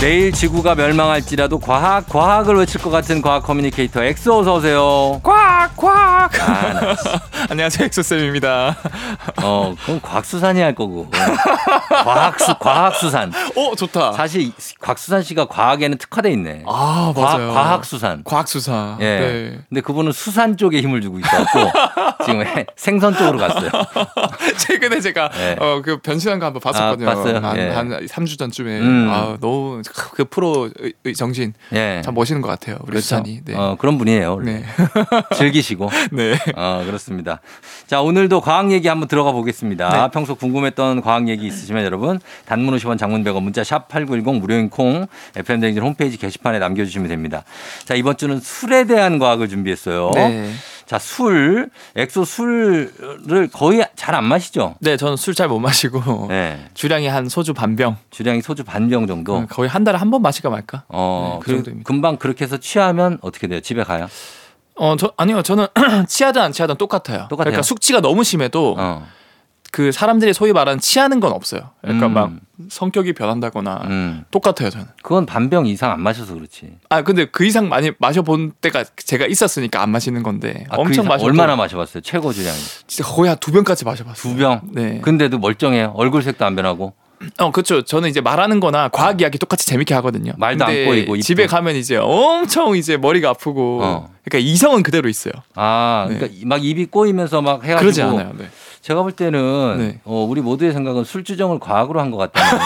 내일 지구가 멸망할지라도 과학 과학을 외칠 것 같은 과학 커뮤니케이터 엑소 어서 오세요. 꽉 꽉. 아, 나 진짜. 안녕하세요 엑소쌤입니다. 어, 그건 곽수산이 할 거고. 과학수, 과학수산. 오 어, 좋다. 사실 곽수산 씨가 과학에는 특화돼 있네. 아 맞아요. 과, 학수산 과학수사. 예. 네. 근데 그분은 수산 쪽에 힘을 주고 있어갖고 지금 생선 쪽으로 갔어요. 최근에 제가 네. 어, 그 변신한 거 한번 봤었거든요. 아, 봤어요? 한, 예. 한 3주 전쯤에. 음. 아, 너무 그 프로의 의 정신 예. 참 멋있는 것 같아요. 우리 그렇죠. 수산이. 네. 어, 그런 분이에요. 원래. 네. 즐기시고. 네. 어, 그렇습니다. 자, 오늘도 과학 얘기 한번 들어가 보겠습니다. 네. 평소 궁금했던 과학 얘기 있으시면 여러분, 단문 50원 장문 100원 문자 샵8910 무료인 콩, FM대행진 홈페이지 게시판에 남겨주시면 됩니다. 자, 이번 주는 술에 대한 과학을 준비했어요. 네. 자, 술, 엑소 술을 거의 잘 안 마시죠? 네, 저는 술 잘 못 마시고 네. 주량이 한 소주 반병. 음, 주량이 소주 반 병 정도. 거의 한 달에 한 번 마실까 말까? 어, 네, 그 그리고 정도입니다. 금방 그렇게 해서 취하면 어떻게 돼요? 집에 가요? 어, 저 아니요. 저는 취하든 안 취하든 똑같아요. 똑같아요? 그러니까 숙취가 너무 심해도 어. 그 사람들이 소위 말하는 취하는 건 없어요. 약간 음. 막 성격이 변한다거나 음. 똑같아요, 저는. 그건 반병 이상 안 마셔서 그렇지. 아, 근데 그 이상 많이 마셔 본 때가 제가 있었으니까 안 마시는 건데. 아, 그 엄청 이상 마셔 얼마나 마셔봤어요? 최고 주량이. 진짜 거의 한 두 병까지 마셔 봤어요. 두 병. 그 네. 근데도 멀쩡해요. 얼굴 색도 안 변하고. 어, 그렇죠. 저는 이제 말하는 거나 과학 이야기 똑같이 재밌게 하거든요. 말도 안 근데 꼬이고, 입도. 집에 가면 이제 엄청 이제 머리가 아프고 어. 그러니까 이성은 그대로 있어요. 아, 네. 그러니까 막 입이 꼬이면서 막 해가지고. 그러지 않아요. 네. 제가 볼 때는 네. 어, 우리 모두의 생각은 술주정을 과학으로 한 것 같다는.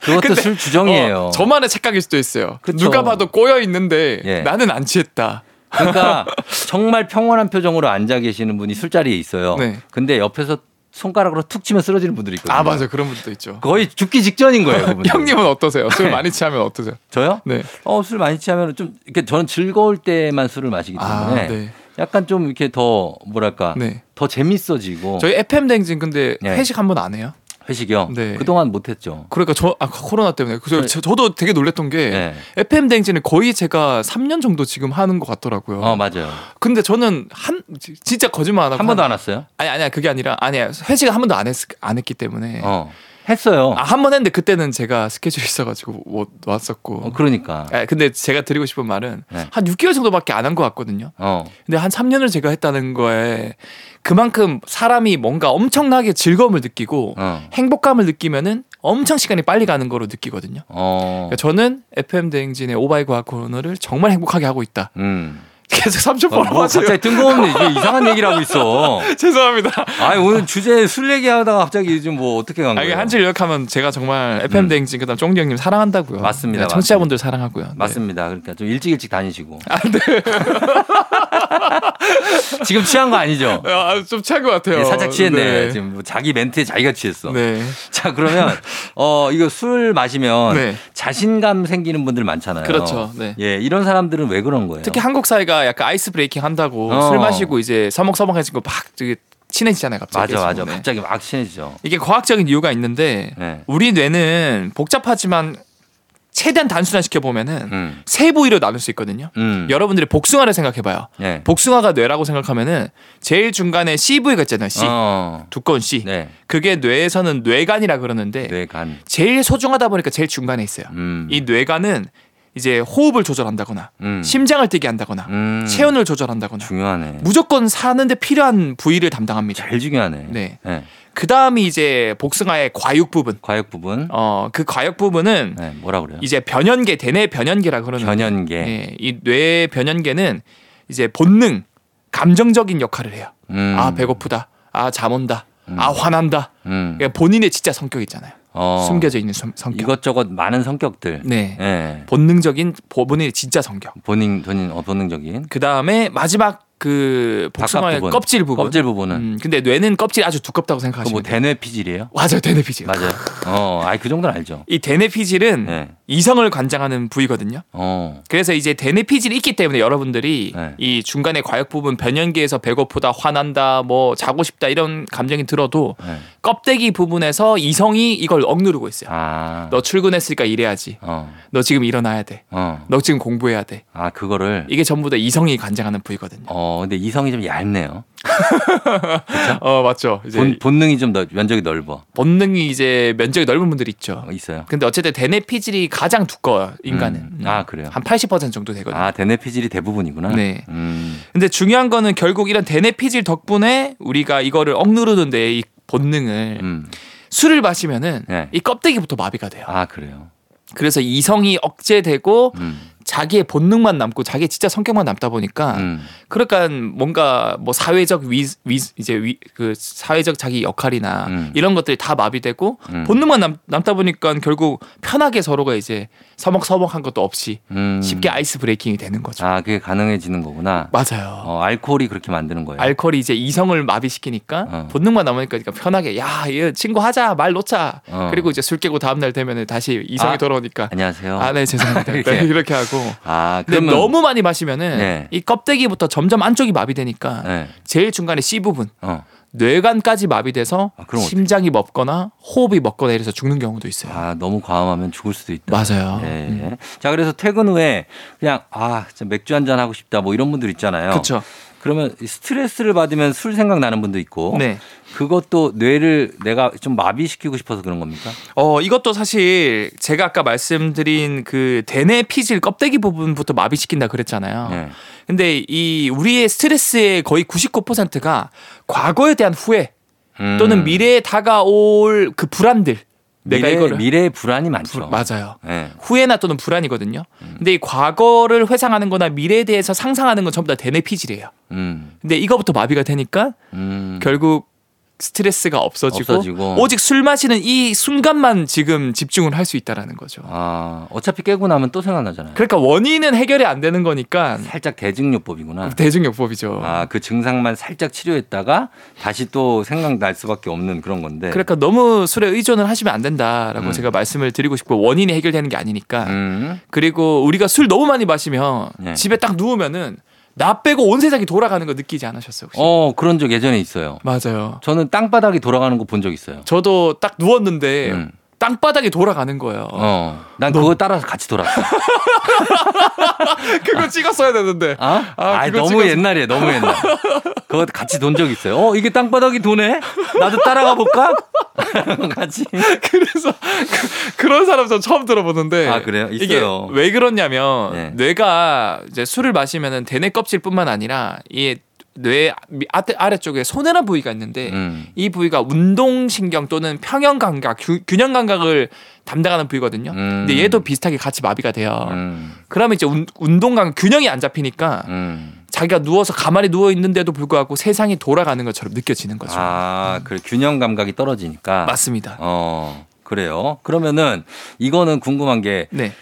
그것도 술주정이에요. 어, 저만의 착각일 수도 있어요. 그쵸. 누가 봐도 꼬여 있는데 예. 나는 안 취했다. 아, 그러니까 정말 평온한 표정으로 앉아 계시는 분이 술자리에 있어요. 네. 근데 옆에서 손가락으로 툭 치면 쓰러지는 분들이 있거든요. 아 맞아 그런 분도 있죠. 거의 죽기 직전인 거예요. 그분들. 형님은 어떠세요? 네. 술 많이 취하면 어떠세요? 저요? 네. 어, 술 많이 취하면 좀 이렇게 저는 즐거울 때만 술을 마시기 아, 때문에 네. 약간 좀 이렇게 더 뭐랄까 네. 더 재밌어지고 저희 FM 댕진 근데 예. 회식 한 번 안 해요? 회식이요. 네. 그동안 못했죠. 그러니까 저 아, 코로나 때문에 그 네. 저, 저- 저도 되게 놀랬던 게 네. FM 댕진을 거의 제가 3년 정도 지금 하는 것 같더라고요. 어 맞아요. 근데 저는 한 지- 진짜 거짓말 안 하고 한 번도 안 왔어요. 아니 아니야 그게 아니라 아니야 회식을 한 번도 안 했 안 했기 때문에 어 했어요. 네. 아, 한 번 했는데 그때는 제가 스케줄 이 있어가지고 못 왔었고 어, 그러니까. 아, 근데 제가 드리고 싶은 말은 네. 한 6개월 정도밖에 안 한 것 같거든요. 어 근데 한 3년을 제가 했다는 거에 그만큼 사람이 뭔가 엄청나게 즐거움을 느끼고 어. 행복감을 느끼면은 엄청 시간이 빨리 가는 거로 느끼거든요. 어. 그러니까 저는 FM 대행진의 오바이 과학 코너를 정말 행복하게 하고 있다. 음. 계속 어, 뭐 30번 맞아요. 갑자기 뜬금없는 이게 이상한 얘기를 하고 있어. 죄송합니다. 아 오늘 주제 술 얘기하다가 갑자기 좀 뭐 어떻게 간 아, 이게 거예요? 한줄 요약하면 제가 정말 FM 대행진 그다음 쫑디 형님 사랑한다고요. 맞습니다, 청취자분들 사랑하고요. 네. 아, 맞습니다. 그러니까 좀 일찍 일찍 다니시고. 지금 취한 거 아니죠? 아, 좀 취한 것 같아요. 예, 살짝 취했네. 네. 지금 뭐 자기 멘트에 자기가 취했어. 네. 자 그러면 어 이거 술 마시면 네. 자신감 생기는 분들 많잖아요. 그렇죠. 네. 예, 이런 사람들은 왜 그런 거예요? 특히 한국 사회가 약간 아이스 브레이킹 한다고 어. 술 마시고 이제 서먹서먹해지고 막 되게 친해지잖아요 갑자기. 맞아, 맞아. 네. 갑자기 막 친해지죠. 이게 과학적인 이유가 있는데 네. 우리 뇌는 복잡하지만 최대한 단순화 시켜 보면은 음, 세 부위로 나눌 수 있거든요. 음. 여러분들이 복숭아를 생각해봐요. 네. 복숭아가 뇌라고 생각하면은 제일 중간에 C 부위가 있잖아요. C 어, 두꺼운 C. 네, 그게 뇌에서는 뇌간이라 그러는데 뇌간. 제일 소중하다 보니까 제일 중간에 있어요. 음, 네. 이 뇌간은 이제 호흡을 조절한다거나 음. 심장을 뛰게 한다거나 음. 체온을 조절한다거나 중요하네. 무조건 사는데 필요한 부위를 담당합니다. 제일 중요하네. 네. 그 다음이 이제 복숭아의 과육 부분. 과역 부분. 어, 그 과육 부분은 네, 뭐라 그래요? 이제 변연계, 대뇌 변연계라 그러는. 변연계. 네, 이뇌 변연계는 이제 본능, 감정적인 역할을 해요. 음. 아, 배고프다. 아, 잠 온다. 아, 화난다. 음. 그러니까 본인의 진짜 성격 있잖아요. 어, 숨겨져 있는 성, 성격. 이것저것 많은 성격들. 네. 예. 본능적인 본인의 진짜 성격. 본인, 본인, 어, 본능적인. 그 다음에 마지막 그 복숭아의 바깥 부분. 껍질 부분. 껍질 부분은. 음, 근데 뇌는 껍질이 아주 두껍다고 그 생각하시면 뭐 돼요. 네. 대뇌 피질이에요? 맞아요, 대뇌 피질. 맞아요. 어, 아이 그 정도는 알죠. 이 대뇌피질은 네. 이성을 관장하는 부위거든요. 어. 그래서 이제 대뇌피질이 있기 때문에 여러분들이 네. 이 중간에 과역 부분 변연기에서 배고프다, 화난다, 뭐 자고 싶다 이런 감정이 들어도 네. 껍데기 부분에서 이성이 이걸 억누르고 있어요. 아. 너 출근했으니까 일해야지. 어. 너 지금 일어나야 돼. 어. 너 지금 공부해야 돼. 아, 그거를. 이게 전부 다 이성이 관장하는 부위거든요. 어, 근데 이성이 좀 얇네요. 어 맞죠. 이제 본, 본능이 좀 넓, 면적이 넓어. 본능이 이제 면적이 넓은 분들 있죠. 어, 있어요. 근데 어쨌든 대뇌 피질이 가장 두꺼워요 인간은. 음. 아, 그래요? 한 80% 정도 되거든요. 아, 대뇌 피질이 대부분이구나. 네. 음. 근데 중요한 거는 결국 이런 대뇌 피질 덕분에 우리가 이거를 억누르는데 이 본능을 음. 술을 마시면은 네. 이 껍데기부터 마비가 돼요. 아, 그래요. 그래서 이성이 억제되고 음. 자기의 본능만 남고 자기의 진짜 성격만 남다 보니까 음. 그러니까 뭔가 뭐 사회적 위, 위 이제 위 그 사회적 자기 역할이나 음. 이런 것들이 다 마비되고 음. 본능만 남, 남다 보니까 결국 편하게 서로가 이제 서먹서먹한 것도 없이 음. 쉽게 아이스 브레이킹이 되는 거죠. 아, 그게 가능해지는 거구나. 맞아요. 어, 알코올이 그렇게 만드는 거예요. 알코올이 이제 이성을 마비시키니까 네. 어. 본능만 남으니까 그러니까 편하게 야얘 친구 하자 말 놓자 어. 그리고 이제 술 깨고 다음날 되면은 다시 이성이 아. 돌아오니까 안녕하세요. 아 네 죄송합니다 이렇게. 네, 이렇게 하고 아, 근데 그러면 너무 많이 마시면은 네. 이 껍데기부터 점점 안쪽이 마비되니까 네. 제일 중간에 C 부분 어. 뇌관까지 마비돼서 아, 그럼 심장이 멎거나 호흡이 멎거나 이래서 죽는 경우도 있어요. 아, 너무 과음하면 죽을 수도 있다. 맞아요. 예. 음. 자, 그래서 퇴근 후에 그냥 아, 진짜 맥주 한 잔 하고 싶다. 뭐 이런 분들 있잖아요. 그렇죠. 그러면 이 스트레스를 받으면 술 생각나는 분도 있고 네. 그것도 뇌를 내가 좀 마비시키고 싶어서 그런 겁니까? 어 이것도 사실 제가 아까 말씀드린 그 대뇌 피질 껍데기 부분부터 마비시킨다 그랬잖아요. 네. 근데 이 우리의 스트레스의 거의 99%가 과거에 대한 후회 음. 또는 미래에 다가올 그 불안들 내가 미래, 이거를 미래의 불안이 많죠. 불- 맞아요. 예. 후회나 또는 불안이거든요. 음. 근데 이 과거를 회상하는거나 미래에 대해서 상상하는 건 전부 다 대뇌 피질이에요. 음. 근데 이거부터 마비가 되니까 음. 결국 스트레스가 없어지고, 없어지고. 오직 술 마시는 이 순간만 지금 집중을 할 수 있다라는 거죠. 아, 어차피 깨고 나면 또 생각나잖아요. 그러니까 원인은 해결이 안 되는 거니까 살짝 대증요법이구나. 대중요법이죠. 아, 그 증상만 살짝 치료했다가 다시 또 생각날 수밖에 없는 그런 건데. 그러니까 너무 술에 의존을 하시면 안 된다라고 네. 음. 제가 말씀을 드리고 싶고 원인이 해결되는 게 아니니까 음. 그리고 우리가 술 너무 많이 마시면 네. 집에 딱 누우면은 나 빼고 온 세상이 돌아가는 거 느끼지 않으셨어요 혹시? 어, 그런 적 예전에 있어요. 맞아요. 저는 땅바닥이 돌아가는 거 본 적 있어요. 저도 딱 누웠는데 음. 땅바닥이 돌아가는 거예요. 어. 난 그거 따라서 같이 돌았어. 그거 찍었어야 되는데. 아? 아, 아, 그거 너무 찍어서- 옛날이에요. 너무 옛날. 그거 같이 돈 적 있어요. 어, 이게 땅바닥이 도네? 나도 따라가 볼까? 같이. 그래서 그- 그런 사람 저 처음 들어보는데. 아, 그래요? 있어요. 이게 왜 그러냐면 네. 뇌가 이제 술을 마시면은 대뇌 껍질뿐만 아니라 이 뇌 아래쪽에 소뇌란 부위가 있는데 음. 이 부위가 운동신경 또는 평형감각, 규- 균형감각을 담당하는 부위거든요. 음. 근데 얘도 비슷하게 같이 마비가 돼요. 음. 그러면 이제 운, 운동감 균형이 안 잡히니까 음. 자기가 누워서 가만히 누워 있는데도 불구하고 세상이 돌아가는 것처럼 느껴지는 거죠. 아, 그 균형 감각이 떨어지니까. 그렇죠. 맞습니다. 어, 그래요. 그러면은 이거는 궁금한 게 네.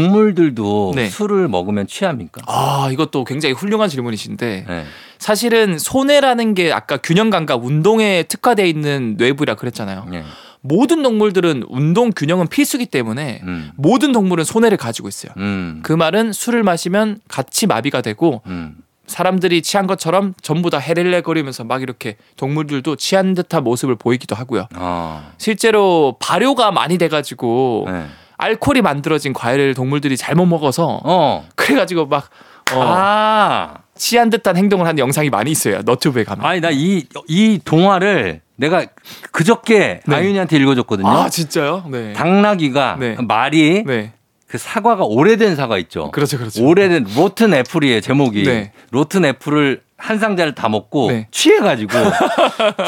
동물들도 네. 술을 먹으면 취합니까? 아, 이것도 굉장히 훌륭한 질문이신데 네. 사실은 손해라는 게 아까 균형 감각 운동에 특화돼 있는 뇌부라 그랬잖아요. 네. 모든 동물들은 운동 균형은 필수기 때문에 음. 모든 동물은 손해를 가지고 있어요. 음. 그 말은 술을 마시면 같이 마비가 되고 음. 사람들이 취한 것처럼 전부 다 헤렐레거리면서 막 이렇게 동물들도 취한 듯한 모습을 보이기도 하고요. 아. 실제로 발효가 많이 돼가지고 네. 알코올이 만들어진 과일을 동물들이 잘못 먹어서 어. 그래가지고 막 어, 아. 취한 듯한 행동을 하는 영상이 많이 있어요. 너튜브에 가면. 아니 나 이 이 동화를 내가 그저께 네. 아윤이한테 읽어줬거든요. 아 진짜요? 네. 당나귀가 네. 말이 네. 그 사과가 오래된 사과 있죠. 그렇죠, 그렇죠. 어. 오래된 로튼 애플이에요 제목이. 네. 로튼 애플을 한 상자를 다 먹고 네. 취해가지고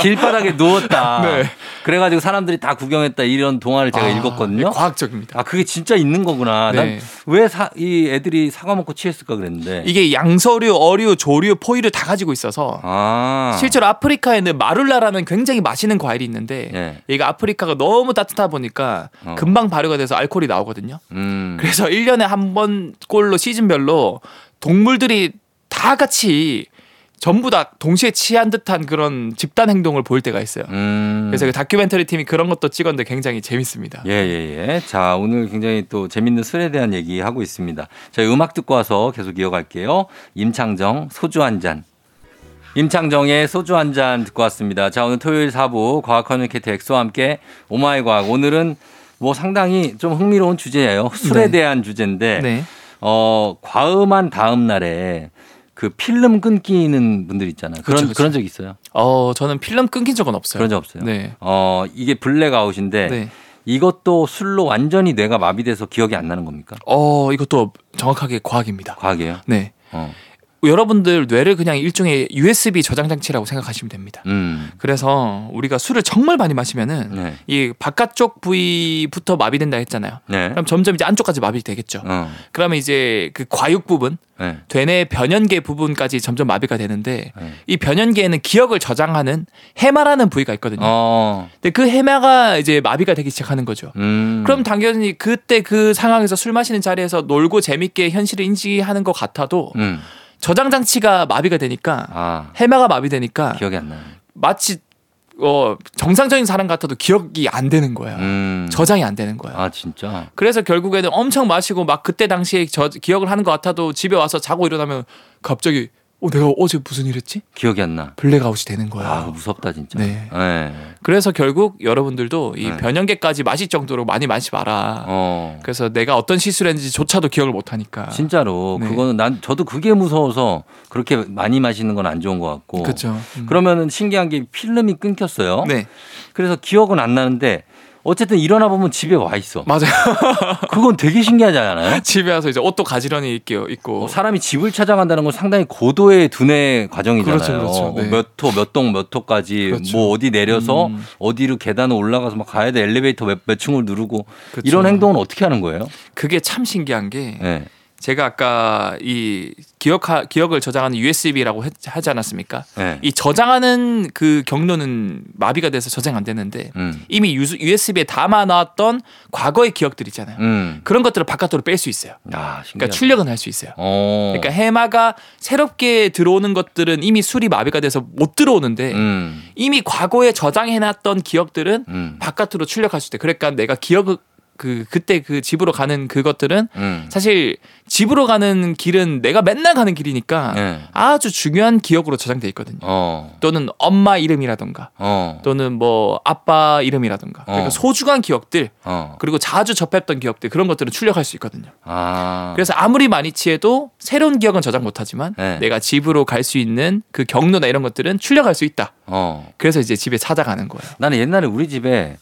길바닥에 누웠다. 네. 그래가지고 사람들이 다 구경했다 이런 동화를 제가 아, 읽었거든요. 예, 과학적입니다. 아 그게 진짜 있는 거구나. 네. 난 왜 이 애들이 사과 먹고 취했을까 그랬는데. 이게 양서류, 어류, 조류, 포유류 다 가지고 있어서 아 실제로 아프리카에는 마룰라라는 굉장히 맛있는 과일이 있는데 예. 이게 아프리카가 너무 따뜻하다 보니까 어. 금방 발효가 돼서 알코올이 나오거든요. 음. 그래서 1년에 한 번 꼴로 시즌별로 동물들이 다 같이 전부 다 동시에 취한 듯한 그런 집단 행동을 보일 때가 있어요. 음. 그래서 그 다큐멘터리 팀이 그런 것도 찍었는데 굉장히 재밌습니다. 예, 예, 예. 자, 오늘 굉장히 또 재밌는 술에 대한 얘기 하고 있습니다. 저희 음악 듣고 와서 계속 이어갈게요. 임창정, 소주 한 잔. 임창정의 소주 한 잔 듣고 왔습니다. 자, 오늘 토요일 사부 과학 커뮤니케이터 엑소와 함께 오마이 과학. 오늘은 뭐 상당히 좀 흥미로운 주제예요. 술에 네. 대한 주제인데 네. 어, 과음한 다음 날에 그 필름 끊기는 분들 있잖아요. 그런 그쵸, 그쵸. 그런적 있어요? 어, 저는 필름 끊긴 적은 없어요. 그런 적 없어요. 네. 어, 이게 블랙아웃인데 네. 이것도 술로 완전히 뇌가 마비돼서 기억이 안 나는 겁니까? 어, 이것도 정확하게 과학입니다. 과학이에요. 네. 어. 여러분들 뇌를 그냥 일종의 USB 저장 장치라고 생각하시면 됩니다. 음. 그래서 우리가 술을 정말 많이 마시면은 네. 이 바깥쪽 부위부터 마비된다 했잖아요. 네. 그럼 점점 이제 안쪽까지 마비되겠죠. 어. 그러면 이제 그 과육 부분, 네. 되뇌 변연계 부분까지 점점 마비가 되는데 네. 이 변연계에는 기억을 저장하는 해마라는 부위가 있거든요. 어. 근데 그 해마가 이제 마비가 되기 시작하는 거죠. 음. 그럼 당연히 그때 그 상황에서 술 마시는 자리에서 놀고 재밌게 현실을 인지하는 것 같아도 음. 저장 장치가 마비가 되니까 아. 해마가 마비되니까 기억이 안 나요. 마치 어 정상적인 사람 같아도 기억이 안 되는 거예요. 음. 저장이 안 되는 거예요. 아, 진짜. 그래서 결국에는 엄청 마시고 막 그때 당시에 저 기억을 하는 것 같아도 집에 와서 자고 일어나면 갑자기 어 내가 어제 무슨 일 했지? 기억이 안 나. 블랙아웃이 되는 거야. 아, 그거 무섭다 진짜. 네. 네. 그래서 결국 여러분들도 이 네. 변연계까지 마실 정도로 많이 마시 마라. 어. 그래서 내가 어떤 실수를 했는지조차도 기억을 못 하니까. 진짜로 네. 그거는 난 저도 그게 무서워서 그렇게 많이 마시는 건 안 좋은 것 같고. 그렇죠. 음. 그러면은 신기한 게 필름이 끊겼어요. 네. 뭐. 그래서 기억은 안 나는데 어쨌든 일어나 보면 집에 와 있어. 맞아요. 그건 되게 신기하지 않아요? 집에 와서 이제 옷도 가지런히 입고 있고. 어, 사람이 집을 찾아간다는 건 상당히 고도의 두뇌 과정이잖아요. 그렇죠, 그렇죠. 어, 네. 몇 호, 몇 동, 몇 호까지 그렇죠. 뭐 어디 내려서 음. 어디로 계단을 올라가서 막 가야 돼 엘리베이터 몇, 몇 층을 누르고 그렇죠. 이런 행동은 어떻게 하는 거예요? 그게 참 신기한 게 네. 제가 아까 이 기억 기억을 저장하는 USB라고 하지 않았습니까? 네. 이 저장하는 그 경로는 마비가 돼서 저장 안 되는데 음. 이미 USB에 담아놨던 과거의 기억들 있잖아요. 음. 그런 것들을 바깥으로 뺄 수 있어요. 아, 신기하다. 그러니까 출력은 할 수 있어요. 어. 그러니까 해마가 새롭게 들어오는 것들은 이미 술이 마비가 돼서 못 들어오는데 음. 이미 과거에 저장해놨던 기억들은 음. 바깥으로 출력할 수 있대. 그러니까 내가 기억 그 그때 그 집으로 가는 그것들은 음. 사실 집으로 가는 길은 내가 맨날 가는 길이니까 네. 아주 중요한 기억으로 저장돼 있거든요. 어. 또는 엄마 이름이라던가 어. 또는 뭐 아빠 이름이라던가 그러니까 어. 소중한 기억들 어. 그리고 자주 접했던 기억들 그런 것들은 출력할 수 있거든요. 아. 그래서 아무리 많이 취해도 새로운 기억은 저장 못하지만 네. 내가 집으로 갈 수 있는 그 경로나 이런 것들은 출력할 수 있다. 어. 그래서 이제 집에 찾아가는 거예요. 나는 옛날에 우리 집에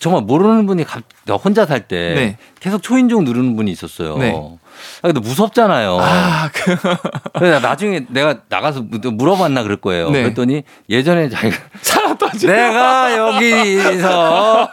정말 모르는 분이 갑- 나 혼자 살 때 네. 계속 초인종 누르는 분이 있었어요. 네. 아, 근데 무섭잖아요. 아, 그, 그래서 나중에 내가 나가서 또 물어봤나 그럴 거예요. 네. 그랬더니 예전에 자기가 살았던지. 내가 여기서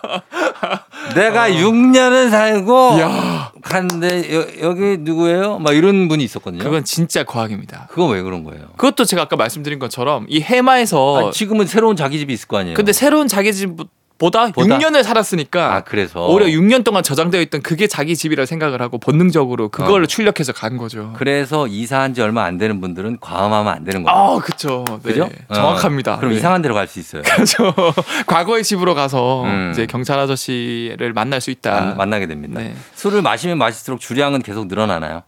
내가 6년을 살고 어. 야, 갔는데 여, 여기 누구예요? 막 이런 분이 있었거든요. 그건, 그건 진짜 과학입니다. 왜 그런 거예요? 그것도 제가 아까 말씀드린 것처럼 이 아니, 해마에서 지금은 새로운 자기 집이 있을 거 아니에요. 근데 새로운 자기 집보다 보다. 6년을 아 어. 살았으니까 그래서 오히려 6년 동안 저장되어 있던 그게 자기 집이라 생각을 하고 본능적으로 그걸 어. 출력해서 간 거죠. 그래서 이사한 지 얼마 안 되는 분들은 과음하면 안 되는 거예요. 아, 그쵸. 네. 그죠? 정확합니다. 어, 그럼 네. 이상한 데로 갈 수 있어요. 그죠. 과거의 집으로 가서 음. 이제 경찰 아저씨를 만날 수 있다. 만- 만나게 됩니다. 네. 술을 마시면 마실수록 주량은 계속 늘어나나요?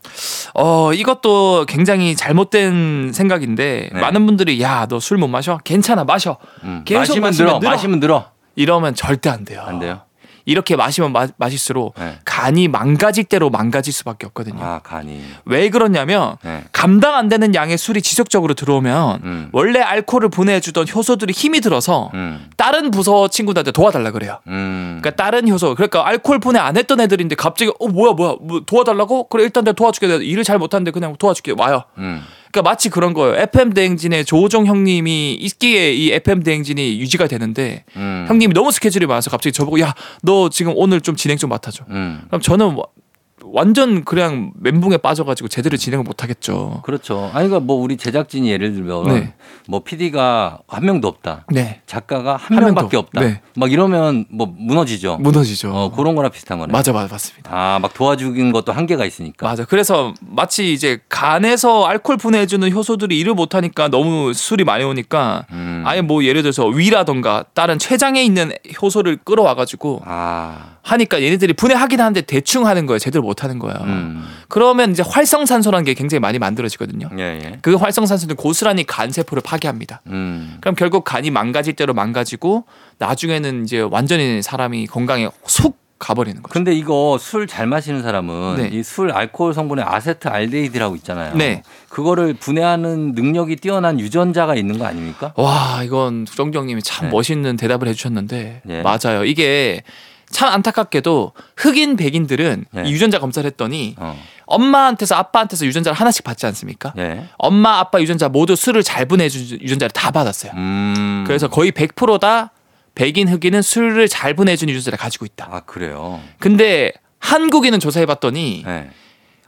어, 이것도 굉장히 잘못된 생각인데 네. 많은 분들이 야, 너 술 못 마셔? 괜찮아, 마셔. 음. 계속 마시면 마시면 늘어, 아. 늘어. 마시면 늘어. 이러면 절대 안 돼요. 안 돼요? 이렇게 마시면 마, 마실수록 네. 간이 망가질 대로 망가질 수밖에 없거든요. 아 간이. 왜 그러냐면 네. 감당 안 되는 양의 술이 지속적으로 들어오면 음. 원래 알코올을 보내주던 효소들이 힘이 들어서 음. 다른 부서 친구들한테 도와달라 그래요. 음. 그러니까 다른 효소 그러니까 알코올 분해 안 했던 애들인데 갑자기 어 뭐야 뭐야 뭐 도와달라고 그래 일단 내가 도와줄게 내가 일을 잘 못하는데 그냥 도와줄게 와요 음. 그러니까 마치 그런 거예요 FM 대행진에 조호종 형님이 있기에 이 FM 대행진이 유지가 되는데 음. 형님이 너무 스케줄이 많아서 갑자기 저보고 야 너 지금 오늘 좀 진행 좀 맡아줘 음. 그럼 저는 와- 완전 그냥 멘붕에 빠져가지고 제대로 진행을 못하겠죠 그렇죠. 아니 그러니까 뭐 우리 제작진이 예를 들면 네. 뭐 PD가 한 명도 없다. 네 작가가 한, 한 명도 명밖에 없- 없다. 네. 막 이러면 뭐 무너지죠. 무너지죠 어, 그런 거랑 비슷한 거네. 맞아 맞아 맞습니다 아, 막 도와주는 것도 한계가 있으니까. 맞아. 그래서 마치 이제 간에서 알코올 분해해주는 효소들이 일을 못하니까 너무 술이 많이 오니까 음. 음. 아예 뭐 예를 들어서 위라던가 다른 췌장에 있는 효소를 끌어와가지고 아. 하니까 얘네들이 분해하긴 하는데 대충 하는 거예요. 제대로 못 하는 거예요. 음. 그러면 이제 활성산소라는 게 굉장히 많이 만들어지거든요. 예, 예. 그 활성산소는 고스란히 간 세포를 파괴합니다. 음. 그럼 결국 간이 망가질 대로 망가지고 나중에는 이제 완전히 사람이 건강에 속 가버리는 거죠. 근데 이거 술 잘 마시는 사람은 네. 이 술 알코올 성분의 아세트알데히드라고 있잖아요. 네. 그거를 분해하는 능력이 뛰어난 유전자가 있는 거 아닙니까? 와 이건 정정님이 참 네. 멋있는 대답을 해주셨는데 예. 맞아요. 이게 참 안타깝게도 흑인 백인들은 예. 이 유전자 검사를 했더니 어. 엄마한테서 아빠한테서 유전자를 하나씩 받지 않습니까? 예. 엄마 아빠 유전자 모두 술을 잘 분해해 준 유전자를 다 받았어요. 음. 그래서 거의 100%다 백인 흑인은 술을 잘 분해해 준 유전자를 가지고 있다. 아, 그래요. 근데 한국인은 조사해 봤더니 예.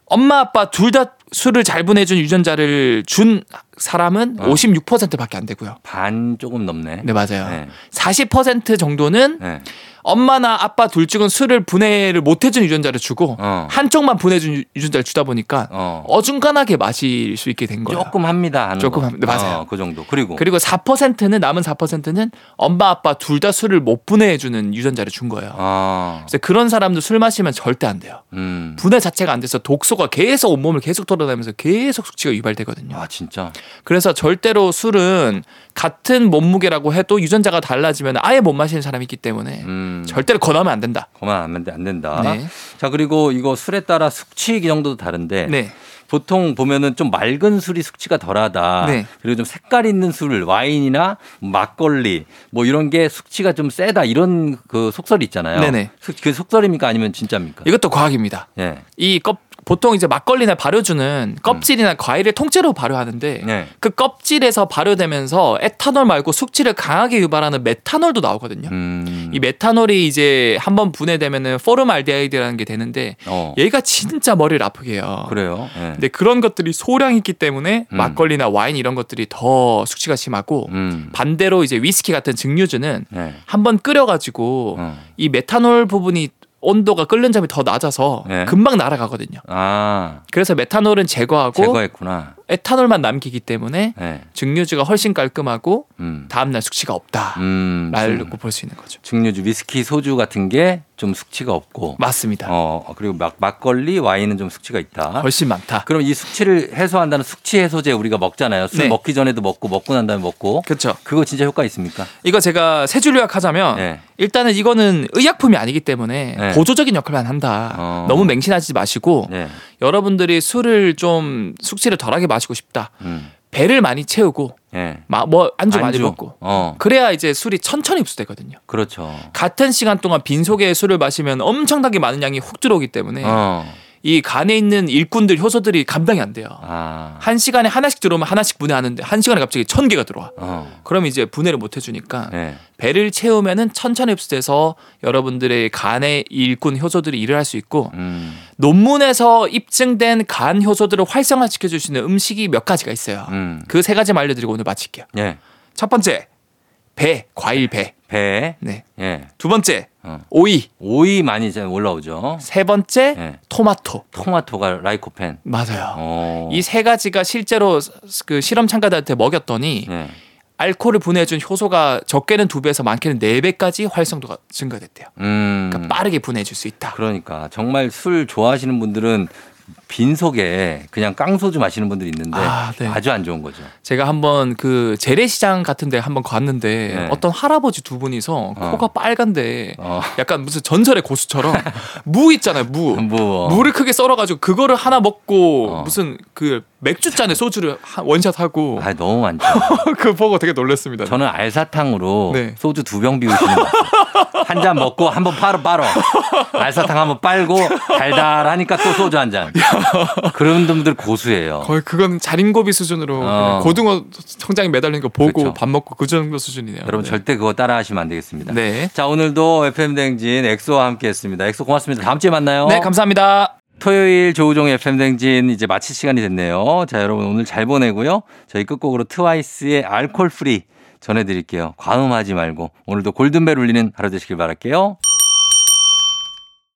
엄마 아빠 둘 다 술을 잘 분해해 준 유전자를 준 사람은 어. 56%밖에 안 되고요. 반 조금 넘네. 네, 맞아요. 예. 40% 정도는 예. 엄마나 아빠 둘 중은 술을 분해를 못 해준 유전자를 주고 어. 한쪽만 분해준 유- 유전자를 주다 보니까 어. 어중간하게 마실 수 있게 된 거예요. 조금 합니다. 하는 조금 거. 합니다. 맞아요. 어, 그 정도. 그리고 그리고 4%는 남은 4%는 엄마 아빠 둘 다 술을 못 분해해주는 유전자를 준 거예요. 아. 그래서 그런 사람도 술 마시면 절대 안 돼요. 음. 분해 자체가 안 돼서 독소가 계속 온몸을 계속 돌아다니면서 계속 숙취가 유발되거든요. 아, 진짜. 그래서 절대로 술은 같은 몸무게라고 해도 유전자가 달라지면 아예 못 마시는 사람이 있기 때문에 음. 절대로 권하면 안 된다. 그만 안, 된- 안 된다. 네. 자, 그리고 이거 술에 따라 숙취 정도도 다른데 네. 보통 보면은 좀 맑은 술이 숙취가 덜하다. 네. 그리고 좀 색깔 있는 술, 와인이나 막걸리 뭐 이런 게 숙취가 좀 세다 이런 그 속설이 있잖아요. 네네. 그- 그게 속설입니까 아니면 진짜입니까? 이것도 과학입니다. 예. 이 껍, 보통 이제 막걸리나 발효주는 껍질이나 과일을 통째로 발효하는데 음. 네. 그 껍질에서 발효되면서 에탄올 말고 숙취를 강하게 유발하는 메탄올도 나오거든요. 음. 이 메탄올이 이제 한번 분해되면은 포름알데하이드라는 게 되는데 어. 얘가 진짜 머리를 아프게 해요. 그래요. 예. 근데 그런 것들이 소량 있기 때문에 음. 막걸리나 와인 이런 것들이 더 숙취가 심하고 음. 반대로 이제 위스키 같은 증류주는 네. 한번 끓여가지고 어. 이 메탄올 부분이 온도가 끓는 점이 더 낮아서 네. 금방 날아가거든요. 아, 그래서 메탄올은 제거하고 제거했구나. 에탄올만 남기기 때문에 예. 증류주가 훨씬 깔끔하고 음. 다음날 숙취가 없다. 음. 말로 술, 볼수 있는 거죠. 증류주, 위스키, 소주 같은 게 좀 숙취가 없고 맞습니다. 어, 그리고 막, 막걸리, 와인은 좀 숙취가 있다. 훨씬 많다. 어. 그럼 이 숙취를 해소한다는 숙취 해소제 우리가 먹잖아요. 술 네. 먹기 전에도 먹고 먹고 난 다음에 먹고. 그렇죠. 그거 진짜 효과 있습니까? 이거 제가 세 줄 요약하자면 네. 일단은 이거는 의약품이 아니기 때문에 네. 보조적인 역할만 한다. 어. 너무 맹신하지 마시고 네. 여러분들이 술을 좀 숙취를 덜하게 마시고 싶다. 음. 배를 많이 채우고 네. 마- 뭐 안주, 많이 먹고 어. 그래야 이제 술이 천천히 흡수되거든요. 그렇죠. 같은 시간 동안 빈속에 술을 마시면 엄청나게 많은 양이 훅 들어오기 때문에 어. 이 간에 있는 일꾼들 효소들이 감당이 안 돼요. 아. 한 시간에 하나씩 들어오면 하나씩 분해하는데 한 시간에 갑자기 천 개가 들어와. 어. 그럼 이제 분해를 못 해주니까 네. 배를 채우면은 천천히 흡수돼서 여러분들의 간의 일꾼 효소들이 일을 할 수 있고 음. 논문에서 입증된 간 효소들을 활성화시켜 줄 수 있는 음식이 몇 가지가 있어요. 음. 그 세 가지만 알려드리고 오늘 마칠게요. 예. 첫 번째 배 과일 배. 배. 네. 예. 두 번째 어. 오이. 오이 많이 이제 올라오죠. 세 번째 예. 토마토. 토마토가 라이코펜. 맞아요. 어. 이 세 가지가 실제로 그 실험 참가자한테 먹였더니 예. 알코올을 분해해준 효소가 적게는 두 배에서 많게는 네 배까지 활성도가 증가됐대요. 음. 그러니까 빠르게 분해해줄 수 있다. 그러니까 정말 술 좋아하시는 분들은 빈속에 그냥 깡소주 마시는 분들이 있는데 아, 아, 네. 주안 좋은 거죠. 제가 한번 그 재래시장 같은데 한번 갔는데 네. 어떤 할아버지 두 분이서 어. 코가 빨간데 어. 약간 무슨 전설의 고수처럼 무 있잖아요 무 뭐 무를 크게 썰어가지고 그거를 하나 먹고 어. 무슨 그 맥주 잔에 소주를 한- 원샷하고 아 너무 많죠. 그거 보고 되게 놀랐습니다. 저는 알사탕으로 네. 소주 두 병 비우시는 한 잔 먹고 한 번 팔어 빨어. 알사탕 한 번 빨고 달달하니까 또 소주 한 잔. 그런 분들 고수예요. 거의 그건 자린고비 수준으로 어. 고등어 성장이 매달린 거 보고 그렇죠. 밥 먹고 그 정도 수준이네요. 여러분 네. 절대 그거 따라하시면 안 되겠습니다. 네. 자 오늘도 FM 댕진 엑소와 함께했습니다. 엑소 고맙습니다. 다음 주에 만나요. 네, 감사합니다. 토요일 조우종의 FM 댕진 이제 마칠 시간이 됐네요. 자 여러분 오늘 잘 보내고요. 저희 끝곡으로 트와이스의 알콜 프리 전해드릴게요. 과음하지 말고 오늘도 골든벨 울리는 하루 되시길 바랄게요.